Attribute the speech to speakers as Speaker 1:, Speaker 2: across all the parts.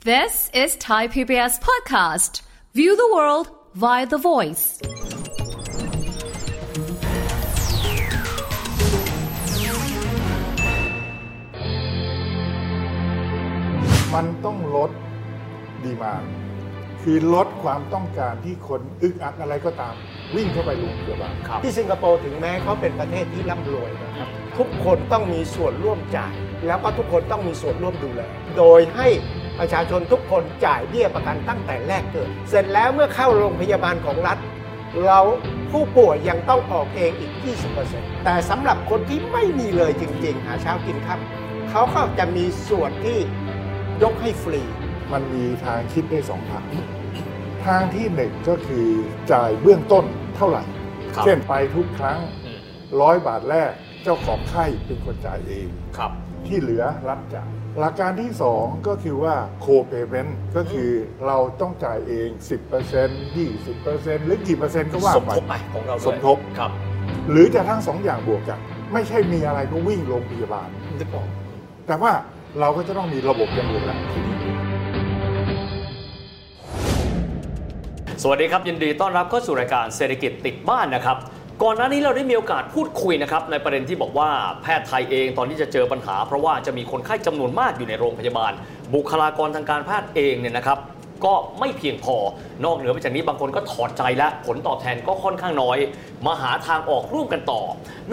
Speaker 1: This is Thai PBS podcast. View the world via the voice.
Speaker 2: มันต้องลดดีมานคือลดความต้องการที่คนอึกอักอะไรก็ตาม วิ่งเข้าไปโรงพยาบาล
Speaker 3: ที่สิงคโปร์ถึงแม้เขาเป็นประเทศที่ร่ำรวยนะครับทุกคนต้องมีส่วนร่วมจ่าย แล้วก็ทุกคนต้องมีส่วนร่วมดูแล โดยให้ประชาชนทุกคนจ่ายเบี้ยประกันตั้งแต่แรกเกิด เสร็จแล้วเมื่อเข้าโรงพยาบาลของรัฐ เราผู้ป่วยยังต้องออกเองอีก 20%แต่สำหรับคนที่ไม่มีเลยจริง ๆ หาเช้ากินค่ำเขาก็จะมีส่วนที่ยกให้ฟรี
Speaker 2: มันมีทางคิดได้สองทาง ทางที่หนึ่งก็คือจ่ายเบื้องต้นเท่าไหร่
Speaker 4: ครับ
Speaker 2: เช่นไปทุกครั้ง
Speaker 4: อืม
Speaker 2: ร้อยบาทแรกเจ้าของไข้เป็นคนจ่ายเอง
Speaker 4: ครับ
Speaker 2: ที่เหลือรับจ่ายหลักการที่ 2 ก็คือว่าโคเ a เ e นต์ก็คือเราต้องจ่ายเอง 10% 20%หรือกี่เปอร์เซ็นต์ก็ว่า
Speaker 4: สม
Speaker 2: ไป
Speaker 4: ทบไปของเราด้วย
Speaker 2: สมทบ
Speaker 4: ครับ
Speaker 2: หรือจะทั้งสองอย่างบวกกัน ไม่ใช่มีอะไรก็วิ่งโรงพยาบาล แต่ว่าเราก็จะต้องมีระบบอยังอื่นละทีนี้
Speaker 4: สวัสดีครับยินดีต้อนรับเข้าสู่รายการเศรษฐกิจติดบ้านนะครับ ก่อนหน้านี้เราได้มีโอกาสพูดคุยนะครับในประเด็นที่บอกว่าแพทย์ไทยเองตอนนี้จะเจอปัญหา เพราะว่าจะมีคนไข้จำนวนมากอยู่ในโรงพยาบาล บุคลากรทางการแพทย์เองเนี่ยนะครับ ก็ไม่เพียงพอนอกเหนือไปจากนี้บางคนก็ถอดใจและผลตอบแทนก็ค่อนข้างน้อย มาหาทางออกร่วมกันต่อ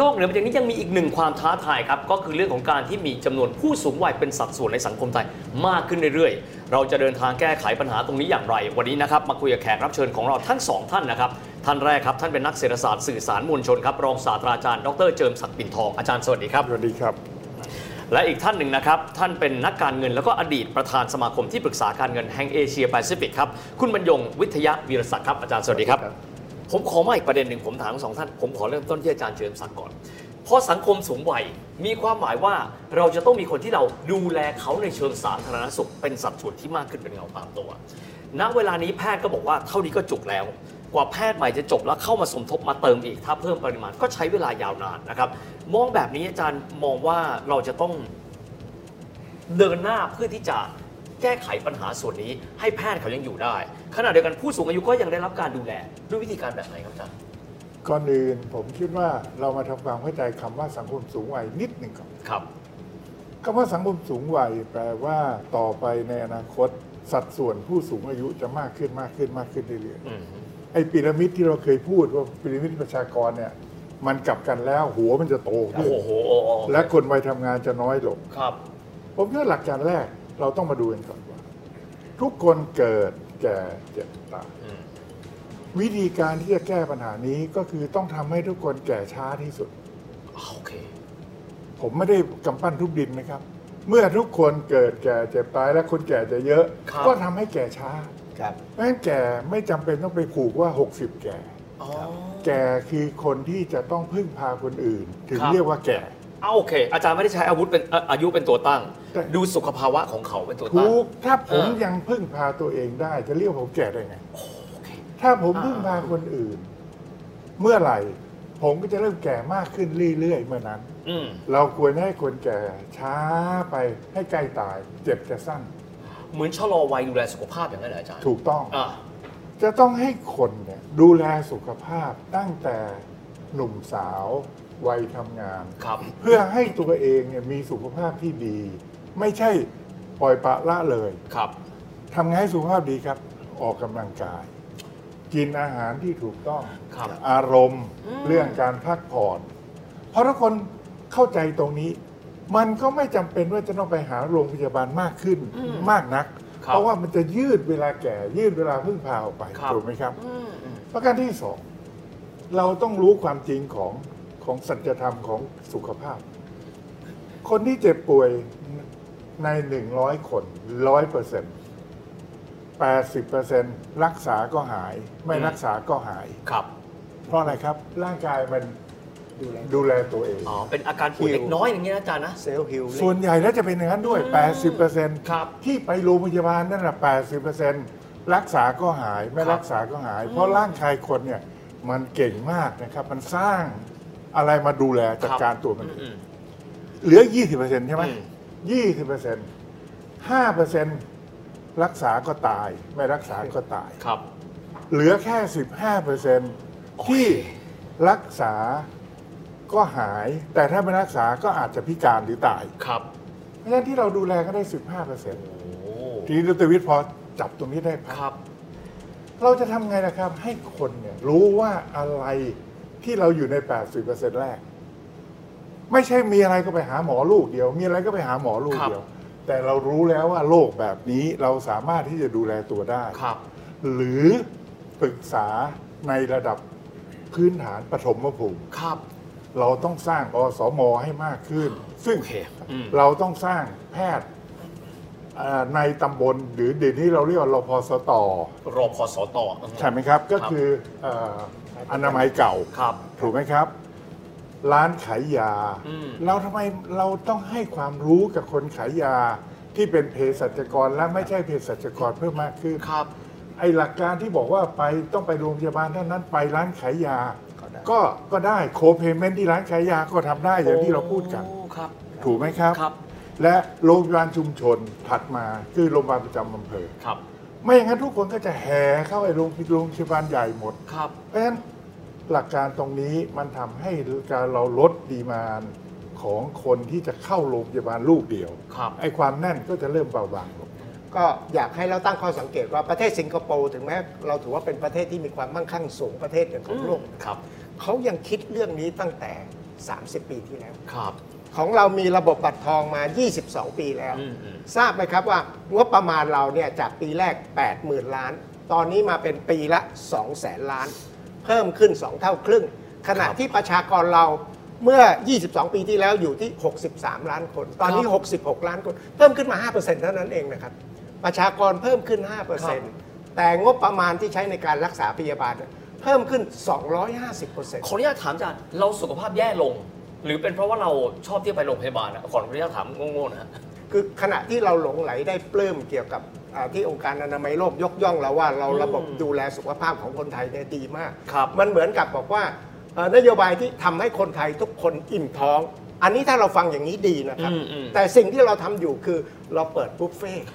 Speaker 4: นอกเหนือไปจากนี้ยังมีอีกหนึ่งความท้าทายครับก็คือเรื่องของการที่มีจำนวนผู้สูงวัยเป็นสัดส่วนในสังคมไทยมากขึ้นเรื่อยๆ เราจะเดินทางแก้ไขปัญหาตรงนี้อย่างไร วันนี้นะครับมาคุยกับแขกรับเชิญของเราทั้งสองท่านนะครับ ท่านแรกครับท่านเป็นนักเศรษฐศาสตร์สื่อสารมวลชนครับรองศาสตราจารย์ดรเจิมศักดิ์ปิ่นทองอาจารย์สวัสดีครับ
Speaker 2: สวัสดีครับ
Speaker 4: และอีกท่านหนึ่งนะครับ ท่านเป็นนักการเงินแล้วก็อดีตประธานสมาคมที่ปรึกษาการเงินแห่งเอเชียแปซิฟิกครับ คุณบรรยงวิทยาวีรศักดิ์ครับ อาจารย์สวัสดีครับ
Speaker 2: ครับ
Speaker 4: ผมขอมาอีกประเด็นหนึ่งผมถามทั้งสองท่าน ผมขอเริ่มต้นที่อาจารย์เจิมศักดิ์ก่อน เพราะสังคมสูงวัยมีความหมายว่าเราจะต้องมีคนที่เราดูแลเขาในเชิงสาธารณสุข เป็นสัดส่วนที่มากขึ้นเป็นเงาตามตัว ณเวลานี้แพทย์ก็บอกว่าเท่านี้ก็จุกแล้ว กว่าแพทย์ใหม่จะจบแล้วเข้ามาสมทบมาเติมอีก ถ้าเพิ่มปริมาณก็ใช้เวลายาวนานนะครับ มองแบบนี้อาจารย์มองว่าเราจะต้องเดินหน้าเพื่อที่จะแก้ไขปัญหาส่วนนี้ ให้แพทย์เขายังอยู่ได้ขณะเดียวกันผู้สูงอายุก็ยังได้รับการดูแลด้วยวิธีการแบบไหนครับอาจารย์
Speaker 2: ก่อนอื่นผมคิดว่าเรามาทำความเข้าใจคำว่าสังคมสูงวัยนิดหนึ่งก่อน
Speaker 4: ครับ
Speaker 2: คำว่าสังคมสูงวัยแปลว่าต่อไปในอนาคต สัดส่วนผู้สูงอายุจะมากขึ้นมากขึ้นมากขึ้นเรื่อย
Speaker 4: อืม
Speaker 2: ๆไอ้พีระมิดที่เราเคยพูดว่าพีระมิดประชากรเนี่ยมันกลับกันแล้วหัวมันจะโต
Speaker 4: โอ้
Speaker 2: ขึ้น
Speaker 4: โหโอ้โห
Speaker 2: และคนวัยทำงานจะน้อยลง
Speaker 4: ครับ
Speaker 2: ผมคิดว่าหลักการแรกเราต้องมาดูกันก่อนว่า ทุกคนเกิดแก่เจ็บตาย
Speaker 4: อืม
Speaker 2: วิธีการที่จะแก้ปัญหานี้ก็คือต้องทำให้ทุกคนแก่ช้าที่สุด
Speaker 4: โอเค
Speaker 2: ผมไม่ได้กำปั้นทุบดินนะครับ เมื่อทุกคนเกิดแก่เจ็บตายและคนแก่จะเยอะ
Speaker 4: ครับ
Speaker 2: ก็ทำให้แก่ช้า
Speaker 3: ครับ
Speaker 2: เพราะฉะนั้นแก่ไม่จำเป็นต้องไปผูกว่า 60 แก่
Speaker 4: อ๋อ
Speaker 2: แก่คือคนที่จะต้องพึ่งพาคนอื่น ถึง
Speaker 4: ครับ
Speaker 2: เรียกว่าแก่
Speaker 4: เอาโอเค อาจารย์ไม่ได้ใช้อาวุธเป็นเอ่ออายุเป็นตัวตั้ง
Speaker 2: แต่
Speaker 4: ดูสุขภาวะของเขาเป็นตัวตั้ง
Speaker 2: ถูกถ้าผม
Speaker 4: เออ
Speaker 2: ยังพึ่งพาตัวเองได้จะเรียกผมแก่ได้ไง
Speaker 4: โอเค
Speaker 2: ถ้าผม
Speaker 4: อ่า
Speaker 2: พึ่งพาคนอื่น เมื่อไหร่ ผมก็จะเริ่มแก่มากขึ้นเรื่อยๆ เมื่อนั้น
Speaker 4: อืม
Speaker 2: เราควรให้คนแก่ช้าไปให้ใกล้ตาย เจ็บจะสั้น
Speaker 4: เหมือนชะลอวัยดูแลสุขภาพอย่างนั้นเหรออาจารย์
Speaker 2: ถูกต้อง
Speaker 4: อ่า
Speaker 2: จะต้องให้คนเนี่ยดูแลสุขภาพตั้งแต่หนุ่มสาววัยทำงาน
Speaker 4: ครับ
Speaker 2: เพื่อให้ตัวเองเนี่ยมีสุขภาพที่ดี ไม่ใช่ปล่อยปละละเลย
Speaker 4: ครับ
Speaker 2: ทำไงให้สุขภาพดีครับ ออกกำลังกาย กินอาหารที่ถูกต้อง
Speaker 4: ครับ
Speaker 2: อารมณ์ เรื่องการพักผ่อนเพราะถ้าคนเข้าใจตรงนี้ มันก็ไม่จำเป็นว่าจะต้องไปหาโรงพยาบาลมากขึ้นมากนัก
Speaker 4: ครับ
Speaker 2: เพราะว่ามันจะยืดเวลาแก่ยืดเวลาพึ่งพาออกไป
Speaker 4: ครับ
Speaker 2: ถูกไหมครับ
Speaker 4: อืมอืม
Speaker 2: ประการที่สองเราต้องรู้ความจริงของของสัจธรรมของสุขภาพ คนที่เจ็บป่วยในหนึ่งร้อยคนร้อยเปอร์เซ็นต์แปดสิบเปอร์เซ็นต์รักษาก็หาย ไม่รักษาก็หาย
Speaker 4: ครับ
Speaker 2: เพราะอะไรครับ ร่างกายมัน
Speaker 3: ดูแล
Speaker 2: ดูแลตัวเอง
Speaker 4: อ๋อ เป็นอาการป่วยเล็กน้อยอย่างเงี้ยนะอาจารย์นะ
Speaker 3: เซลล์ฮิล
Speaker 2: ส่วนใหญ่แล้วจะเป็นอย่างนั้นด้วย 80%
Speaker 4: ครับ
Speaker 2: ที่ไปโรงพยาบาลนั่นแหละ80%รักษาก็หายไม่
Speaker 4: ครับ
Speaker 2: รักษาก็หาย เพราะร่างกายคนเนี่ยมันเก่งมากนะครับ มันสร้างอะไรมาดูแลจัดการตัวมันเอง
Speaker 4: อืม
Speaker 2: เหลือ 20%ใช่ไหม
Speaker 4: อืม
Speaker 2: 20% 5% รักษาก็ตาย ไม่รักษาก็ตาย
Speaker 4: ครับ
Speaker 2: เหลือแค่ 15เปอร์เซ็นที่รักษาก็หาย แต่ถ้าไม่รักษาก็อาจจะพิการหรือตาย
Speaker 4: ครับ
Speaker 2: เพราะฉะนั้นที่เราดูแลก็ได้ 15เปอร์เซ็น
Speaker 4: โอ้
Speaker 2: ทีนี้ดรวิทย์พอจับตรงนี้ได้
Speaker 4: ค
Speaker 2: พั
Speaker 4: รั
Speaker 2: ก
Speaker 4: บ
Speaker 2: เราจะทำไงนะครับ ให้คนเนี่ยรู้ว่าอะไรที่เราอยู่ใน 80เปอร์เซ็นแรก ไม่ใช่มีอะไรก็ไปหาหมอลูกเดียว มีอะไรก็ไปหาหมอลูกเดียว แต่เรารู้แล้วว่าโรคแบบนี้เราสามารถที่จะดูแลตัวได้
Speaker 4: ครับ
Speaker 2: หรือปรึกษาในระดับพื้นฐานปฐมภูมิ
Speaker 4: ครับ
Speaker 2: เราต้องสร้างอสมให้มากขึ้น ซึ่ง
Speaker 4: โอเคอืม
Speaker 2: เราต้องสร้างแพทย์เอ่อในตำบลหรือเดี๋ยวนี้เราเรียกว่ารพสต
Speaker 4: รอพอสตอ
Speaker 2: ใช่ไหมครับ ก็คือเอ่ออนามัยเก่า
Speaker 4: ครับ
Speaker 2: ถูกไหมครับ ร้านขายยา
Speaker 4: อืม
Speaker 2: เราทำไมเราต้องให้ความรู้กับคนขายยาที่เป็นเภสัชกรและไม่ใช่เภสัชกรเพิ่มมากขึ้น
Speaker 4: ครับ
Speaker 2: ไอ้หลักการที่บอกว่าไปต้องไปโรงพยาบาลเท่านั้นไปร้านขายยา
Speaker 3: ก็ได้
Speaker 2: ก็ก็ได้โคเพเมนที่ร้านขายยาก็ทำได้อย่างที่เราพูดกัน
Speaker 4: โอ้ครับ
Speaker 2: ถูกไหมครับ
Speaker 4: ครับ
Speaker 2: และโรงพยาบาลชุมชนถัดมาคือโรงพยาบาลประจำอำเภอ
Speaker 4: ครับ
Speaker 2: ไม่อย่างนั้นทุกคนก็จะแห่เข้าไอ้โรงโรงพยาบาลใหญ่หมด
Speaker 4: ครับ
Speaker 2: เพราะฉะนั้นหลักการตรงนี้มันทำให้การเราลดดีมานของคนที่จะเข้าโรงพยาบาลลูกเดียว
Speaker 4: ครับ
Speaker 2: ไอ้ความแน่นก็จะเริ่มเบาบางลง
Speaker 3: ก็อยากให้เราตั้งข้อสังเกตว่าประเทศสิงคโปร์ถึงแม้เราถือว่าเป็นประเทศที่มีความมั่งคั่งสูงประเทศหนึ่งของโลก
Speaker 4: ครับ
Speaker 3: เขายังคิดเรื่องนี้ตั้งแต่ 30 ปีที่แล้ว
Speaker 4: ครับ
Speaker 3: ของเรามีระบบบัตรทองมา 22 ปีแล้ว
Speaker 4: อืมอืม
Speaker 3: ทราบไหมครับว่างบประมาณเราเนี่ยจากปีแรก 80,000 ล้าน ตอนนี้มาเป็นปีละ 200,000 ล้าน เพิ่มขึ้น 2 เท่าครึ่ง ขณะที่ประชากรเราเมื่อ 22 ปีที่แล้วอยู่ที่ 63 ล้านคน ตอนนี้ 66 ล้านคน เพิ่มขึ้นมา 5%เท่านั้นเองนะครับ ประชากรเพิ่มขึ้น 5%แต่งบประมาณที่ใช้ในการรักษาพยาบาลเนี่ยเพิ่มขึ้น 250%
Speaker 4: ขออนุญาตถามอาจารย์เราสุขภาพแย่ลง หรือเป็นเพราะว่าเราชอบที่ไปโรงพยาบาลนะขออนุญาตถามโง่ๆนะฮะ
Speaker 3: คือขณะที่เราหลงไหลได้ปลื้มเกี่ยวกับอ่าที่องค์การอนามัยโลกยกย่องเราว่าเราระบบดูแลสุขภาพของคนไทยเนี่ยดีมาก
Speaker 4: ครับ
Speaker 3: มันเหมือนกับบอกว่าเอ่อนโยบายที่ทำให้คนไทยทุกคนอิ่มท้อง อันนี้ถ้าเราฟังอย่างนี้ดีนะครับ
Speaker 4: อืมอืม
Speaker 3: แต่สิ่งที่เราทำอยู่คือเราเปิดบุฟเฟ่ต์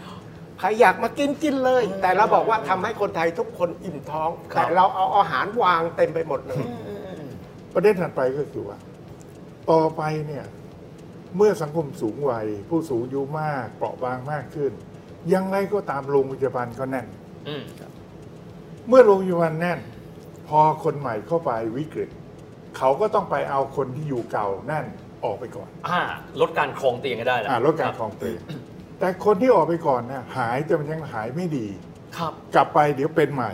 Speaker 3: ใครอยากมากินกินเลย แต่เราบอกว่าทำให้คนไทยทุกคนอิ่มท้อง
Speaker 4: ครับ
Speaker 3: แต่เราเอาอาหารวางเต็มไปหมดเลย
Speaker 2: ประเด็นถัดไปก็คือว่า ต่อไปเนี่ย เมื่อสังคมสูงวัย ผู้สูงอายุมาก เปราะบางมากขึ้น ยังไงก็ตามโรงพยาบาลก็แน่น
Speaker 4: อืม
Speaker 2: เมื่อโรงพยาบาลแน่น พอคนใหม่เข้าไปวิกฤต เขาก็ต้องไปเอาคนที่อยู่เก่าแน่นออกไปก่อน
Speaker 4: อ่า ลดการครองเตียงก็ได้นะ
Speaker 2: อ่าลดการคลองเตียงแต่คนที่ออกไปก่อนเนี่ยหายแต่มันยังหายไม่ดี
Speaker 4: ครับ
Speaker 2: กลับไปเดี๋ยวเป็นใหม่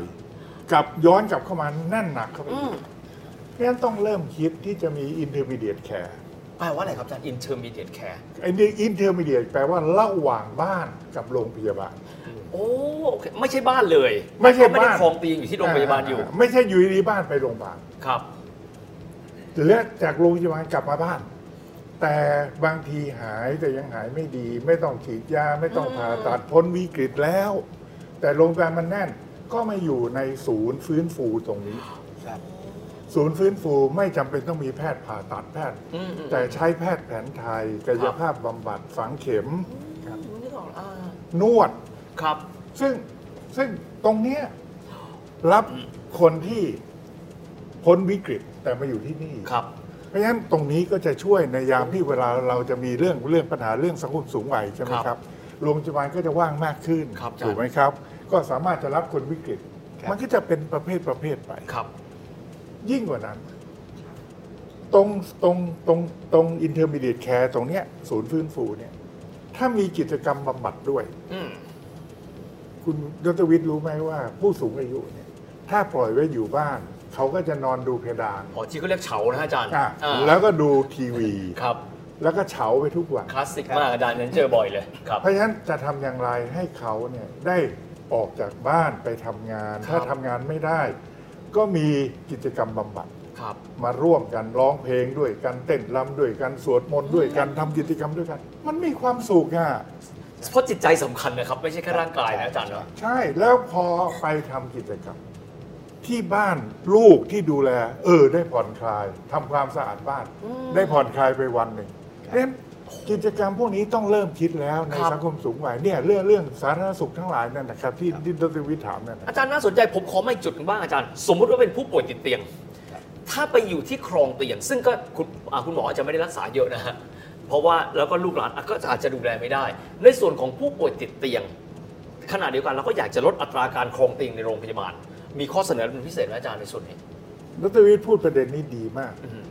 Speaker 2: กลับย้อนกลับเข้ามาแน่นหนักเข้าไปอีกเพราะฉะนั้นต้องเริ่มคิดที่จะมี intermediate care
Speaker 4: แปลว่าอะไรครับอาจารย์ intermediate care
Speaker 2: ไอ้นี่อินเทอร์มีเดียแปลว่าระหว่างบ้านกับโรงพยาบาล
Speaker 4: โอ้โอเคไม่ใช่บ้านเลย
Speaker 2: ไม่ใช่
Speaker 4: เพระไม่
Speaker 2: บ้าน
Speaker 4: ได้ครองเตียงอยู่ที่โรงพยาบาลอยู่
Speaker 2: ไม่ใช่อยู่ดีๆบ้านไปโรงพยาบาล
Speaker 4: ครับ
Speaker 2: และจากโรงพยาบาลกลับมาบ้าน แต่บางทีหายแต่ยังหายไม่ดี ไม่ต้องฉีดยาไม่ต้องผ่าตัดพ้นวิกฤตแล้ว แต่โรงพยาบาลมันแน่น ก็มาอยู่ในศูนย์ฟื้นฟูตรงนี้
Speaker 3: ครับ
Speaker 2: ศูนย์ฟื้นฟูไม่จำเป็นต้องมีแพทย์ผ่าตัดแพทย์
Speaker 4: อืมอืม
Speaker 2: แต่ใช้แพทย์แผนไทยกายภาพบำบัดฝังเข็ม
Speaker 4: นึกออกแล้วอ่าน
Speaker 2: วด
Speaker 4: ครับ
Speaker 2: ซึ่งซึ่งตรงเนี้ยรับคนที่พ้นวิกฤตแต่มาอยู่ที่นี่
Speaker 4: ครับ
Speaker 2: เพราะฉะนั้นตรงนี้ก็จะช่วยในยามที่เวลาเราจะมีเรื่องเรื่องปัญหาเรื่องสังคมสูงวัยใช่ไหม
Speaker 4: ครับ
Speaker 2: ครับโรงพยาบาลก็จะว่างมากขึ้น
Speaker 4: ครับอาจารย์
Speaker 2: ถูกไหมครับ ก็สามารถจะรับคนวิกฤต
Speaker 3: ครับ
Speaker 2: มันก็จะเป็นประเภทประเภทไป
Speaker 4: ครับ
Speaker 2: ยิ่งกว่านั้น ตรงตรงตรงตรงอินเทอร์มีเดียแคร์ตรงเนี้ยศูนย์ฟื้นฟูเนี่ย ถ้ามีกิจกรรมบำบัดด้วย
Speaker 4: อืม
Speaker 2: คุณดรวิทย์รู้ไหมว่าผู้สูงอายุเนี่ย ถ้าปล่อยไว้อยู่บ้าน เขาก็จะนอนดูเพดาน
Speaker 4: อ๋อที่เขาเรียกเฉานะฮะอาจารย์
Speaker 2: อ่ะ
Speaker 4: อ่า
Speaker 2: แล้วก็ดูทีวี
Speaker 4: ครับ
Speaker 2: แล้วก็เฉาไปทุกวัน
Speaker 4: คลาสสิกมากอาจารย์นั้นเจอบ่อยเลยครับ
Speaker 2: เพราะฉะนั้นจะทำอย่างไรให้เขาเนี่ยได้ออกจากบ้านไปทำงาน
Speaker 4: ครับ
Speaker 2: ถ้าทำงานไม่ได้ ก็มีกิจกรรมบำบัด
Speaker 4: ครับ
Speaker 2: มาร่วมกันร้องเพลงด้วยกันเต้นรำด้วยกันสวดมนต์ด้วยกันทำกิจกรรมด้วยกัน มันมีความสุขอ่ะ
Speaker 4: เพราะจิตใจสำคัญนะครับ ไม่ใช่แค่ร่างกายนะอาจารย์เนาะ
Speaker 2: ใช่แล้วพอไปทำกิจกรรม ที่บ้านลูกที่ดูแล เออ ได้ผ่อนคลายทำความสะอาดบ้าน ได้ผ่อนคลายไปวันหนึ่งเพราะฉะนั้น กิจกรรมพวกนี้ต้องเริ่มคิดแล้วใน
Speaker 4: ครับ
Speaker 2: สังคมสูงวัยเนี่ยเรื่องเรื่องสาธารณสุขทั้งหลายนั่นนะครับ ที่ที่ดรวิทย์ถามนั่นนะ
Speaker 4: อาจารย์น่าสนใจผมขอมาอีกจุดหนึ่งบ้างอาจารย์ สมมุติว่าเป็นผู้ป่วยติดเตียง ถ้าไปอยู่ที่ครองเตียง ซึ่งก็คุณอ่าคุณหมออาจจะไม่ได้รักษาเยอะนะฮะเพราะว่าแล้วก็ลูกหลานอ่ะก็อาจจะดูแลไม่ได้ ในส่วนของผู้ป่วยติดเตียงขณะเดียวกันเราก็อยากจะลดอัตราการครองเตียงในโรงพยาบาล มีข้อเสนอเป็นพิเศษไหมอาจารย์ในส่วนนี้
Speaker 2: ดรวิทย์พูดประเด็นนี้ดีมาก
Speaker 4: อืม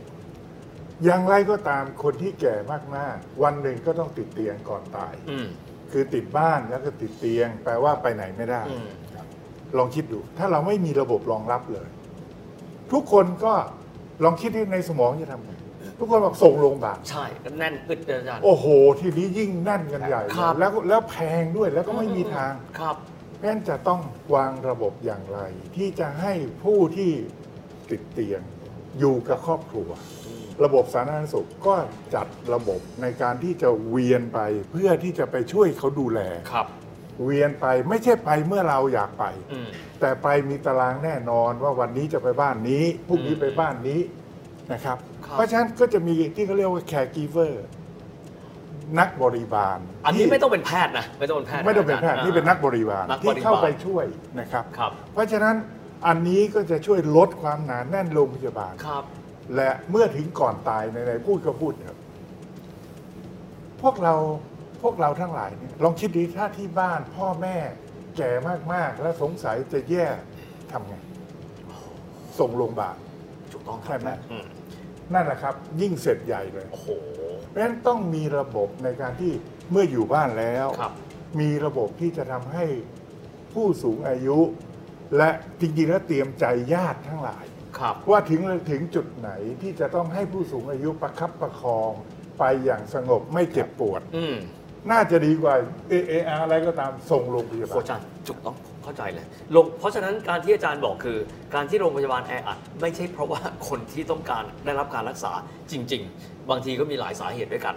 Speaker 2: อย่างไรก็ตามคนที่แก่มากๆ วันหนึ่งก็ต้องติดเตียงก่อนตาย
Speaker 4: อืม
Speaker 2: คือติดบ้านแล้วก็ติดเตียง แปลว่าไปไหนไม่ได้
Speaker 4: อืม
Speaker 2: ลองคิดดู ถ้าเราไม่มีระบบรองรับเลย ทุกคนก็ลองคิดที่ในสมองจะทำไงทุกคนบอกส่งโรงพยาบาล
Speaker 4: ใช่แน่นอึดเลยอาจารย์
Speaker 2: โอ้โห ทีนี้ยิ่งแนั่นกันใหญ่เลย
Speaker 4: ครับ
Speaker 2: แล้วก็แล้วแพงด้วยแล้วก็ไม่มีทาง
Speaker 4: ครับ
Speaker 2: เพราะฉะนั้นจะต้องวางระบบอย่างไร ที่จะให้ผู้ที่ติดเตียงอยู่กับครอบครัว ระบบสาธารณสุขก็จัดระบบในการที่จะเวียนไปเพื่อที่จะไปช่วยเขาดูแล
Speaker 4: ครับ
Speaker 2: เวียนไปไม่ใช่ไปเมื่อเราอยากไป
Speaker 4: อืม
Speaker 2: แต่ไปมีตารางแน่นอนว่าวันนี้จะไปบ้านนี้พรุ่งนี้ไปบ้านนี้นะครับ
Speaker 4: ครับ
Speaker 2: เพราะฉะนั้นก็จะมีที่เขาเรียกว่าแคร์กีเวอร์นักบริบาล
Speaker 4: อันนี้
Speaker 2: ที่
Speaker 4: ไม่ต้องเป็นแพทย์นะไม่ต้องเป็นแพทย์ะ
Speaker 2: ไม่ต้องเป็นแพทย์
Speaker 4: าจา
Speaker 2: นี่เป็นนักบริวาร
Speaker 4: นักบ
Speaker 2: ที่
Speaker 4: ริวร
Speaker 2: เข้าไปช่วยนะครับ
Speaker 4: ครับ
Speaker 2: เพราะฉะนั้นอันนี้ก็จะช่วยลดความหนาแน่นโรงพยาบาล
Speaker 4: ครับ
Speaker 2: และเมื่อถึงก่อนตายในในพูดก็พูดครับ พวกเราพวกเราทั้งหลายเนี่ยลองคิดดีถ้าที่บ้านพ่อแม่แก่มาก ๆ และสงสัยจะแย่ทำไง ส่งโรงพยาบาล
Speaker 4: ถูกต้องค
Speaker 2: ใช่
Speaker 4: รับ
Speaker 2: ไหม
Speaker 4: อืม
Speaker 2: นั่นแหละครับ ยิ่งเสร็จใหญ่เลย
Speaker 4: โอ้โห
Speaker 2: เพราะฉะนั้นต้องมีระบบในการที่เมื่ออยู่บ้านแล้ว
Speaker 4: ครับ
Speaker 2: มีระบบที่จะทำให้ผู้สูงอายุ และจริงๆแล้วเตรียมใจญาติทั้งหลาย
Speaker 4: ครับ
Speaker 2: ว่าถึงถึงจุดไหนที่จะต้องให้ผู้สูงอายุประคับประคองไปอย่างสงบไม่เจ็บปวด
Speaker 4: อืม
Speaker 2: น่าจะดีกว่าเอเออะไรก็ตามส่งโรงพยา
Speaker 4: โค
Speaker 2: บาล
Speaker 4: จันถูกต้องเข้าใจเลยลงเพราะฉะนั้นการที่อาจารย์บอกคือ การที่โรงพยาบาลแออัดไม่ใช่เพราะว่าคนที่ต้องการได้รับการรักษาจริง ๆ บางทีก็มีหลายสาเหตุด้วยกัน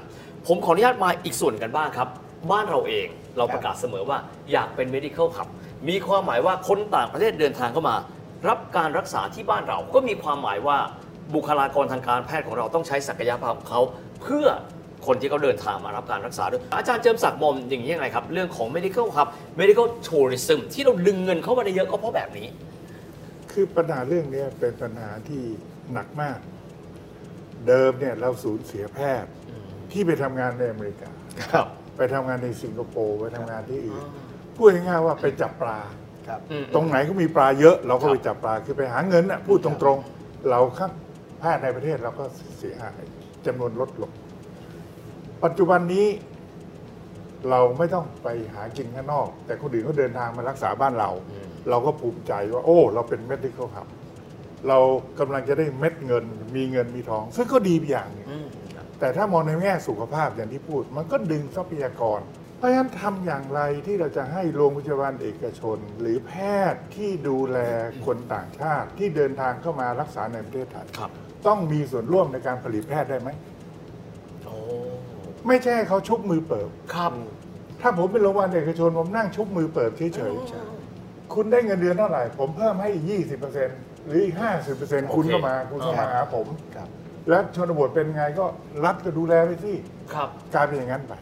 Speaker 4: ผมขออนุญาตมาอีกส่วนกันบ้างครับ บ้านเราเองเราประกาศเสมอว่าอยากเป็น medical hub มีความหมายว่าคนต่างประเทศเดินทางเข้ามา รับการรักษาที่บ้านเราก็มีความหมายว่าบุคลากรทางการแพทย์ของเราต้องใช้ศักยภาพของเขาเพื่อ คนที่เขาเดินทางมารับการรักษาด้วยอาจารย์เจิมศักดิ์มอมอย่างนี้ยังไงครับ เรื่องของ medical ครับ medical tourism ที่เราดึงเงินเข้ามาได้เยอะก็เพราะแบบนี้
Speaker 2: คือปัญหาเรื่องนี้เป็นปัญหาที่หนักมาก เดิมเนี่ยเราสูญเสียแพทย์ที่ไปทำงานในอเมริกา
Speaker 4: ครับ
Speaker 2: ไปทำงานในสิงคโปร์ไปทำงานที่อื่นพูดง่ายๆว่าไปจับปลา
Speaker 3: ครับ
Speaker 2: ตรงไหนก็มีปลาเยอะเราก็
Speaker 4: ครับ
Speaker 2: ไปจับปลาคือไปหาเงินน่ะพูดตรงๆ เราครับแพทย์ในประเทศเราก็เสียหายจำนวนลดลง ปัจจุบันนี้เราไม่ต้องไปหากินข้างนอก แต่คนอื่นเขาเดินทางมารักษาบ้านเรา เราก็ภูมิใจว่า โอ้ เราเป็น medical hub เรากำลังจะได้เม็ดเงิน มีเงินมีทอง ซึ่งก็ดีอย่างหนึ่ง แต่ถ้ามองในแง่สุขภาพอย่างที่พูด มันก็ดึงทรัพยากร เพราะฉะนั้นทำอย่างไรที่เราจะให้โรงพยาบาลเอกชน หรือแพทย์ที่ดูแลคนต่างชาติที่เดินทางเข้ามารักษาในประเทศไทย
Speaker 4: ครับ
Speaker 2: ต้องมีส่วนร่วมในการผลิตแพทย์ได้ไหม
Speaker 4: โอ้
Speaker 2: ไม่ใช่ให้เขาชุบมือเปิบ
Speaker 4: ครับ
Speaker 2: ถ้าผมเป็นโรงพยาบาลเอกชน ผมนั่งชุบมือเปิบเฉยๆคุณได้เงินเดือนเท่าไหร่ ผมเพิ่มให้อีก20%หรืออีก50%คุณก็มาคุณก็มาหาผม
Speaker 3: ครับ
Speaker 2: และชนบทเป็นไงก็รัฐก็ดูแลไปสิ
Speaker 4: ครับ
Speaker 2: กลายเป็นอย่างนั้นไป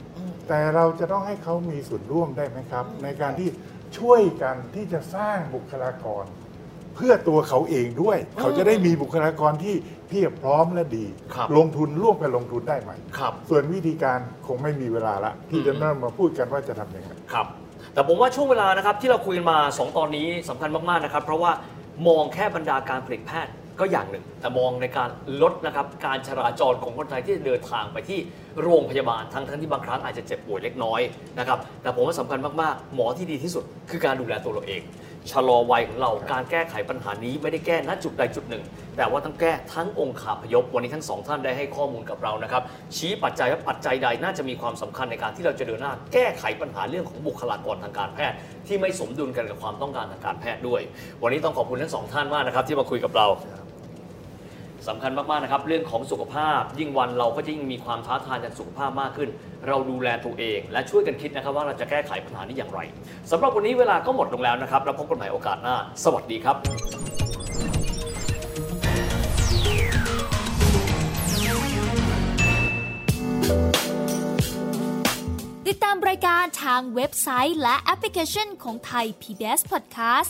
Speaker 2: แต่เราจะต้องให้เขามีส่วนร่วมได้ไหมครับ ในการที่ช่วยกันที่จะสร้างบุคลากร เพื่อตัวเขาเองด้วย เขาจะได้มีบุคลากรที่เพียบพร้อมและดี
Speaker 4: ครับ
Speaker 2: ลงทุนร่วมกันลงทุนได้ไหม
Speaker 4: ครับ
Speaker 2: ส่วนวิธีการคงไม่มีเวลาละ ที่จะนั่งมาพูดกันว่าจะทำยังไง
Speaker 4: ครับแต่ผมว่าช่วงเวลานะครับที่เราคุยกันมา 2 ตอนนี้สำคัญมากๆนะครับ เพราะว่ามองแค่บรรดาการผลิตแพทย์ก็อย่างหนึ่ง แต่มองในการลดนะครับการจราจรของคนไทยที่เดินทางไปที่โรงพยาบาลทั้งทั้งที่บางครั้งอาจจะเจ็บป่วยเล็กน้อยนะครับแต่ผมว่าสำคัญมากๆ หมอที่ดีที่สุด คือการดูแลตัวเราเองชะลอวัยของเราการแก้ไขปัญหานี้ไม่ได้แก้ณจุดใดจุดหนึ่ง แต่ว่าต้องแก้ทั้งองค์ขาพยพวันนี้ทั้งสองท่านได้ให้ข้อมูลกับเรานะครับ ชี้ปัจจัยว่าปัจจัยใดน่าจะมีความสำคัญในการที่เราจะเดินหน้า แก้ไขปัญหาเรื่องของบุคลากรทางการแพทย์ ที่ไม่สมดุลกันกับความต้องการทางการแพทย์ด้วย วันนี้ต้องขอบคุณทั้งสองท่านมากนะครับ ที่มาคุยกับเรา สำคัญมาก ๆ นะครับ เรื่องของสุขภาพ ยิ่งวันเราก็จะยิ่งมีความท้าทายจากสุขภาพมากขึ้น เราดูแลตัวเอง และช่วยกันคิดนะครับว่าเราจะแก้ไขปัญหานี้อย่างไรสำหรับวันนี้เวลาก็หมดลงแล้วนะครับ เราพบกันใหม่โอกาสหน้า สวัสดีครับ
Speaker 5: ติดตามรายการทางเว็บไซต์และแอปพลิเคชันของไทย PBS Podcast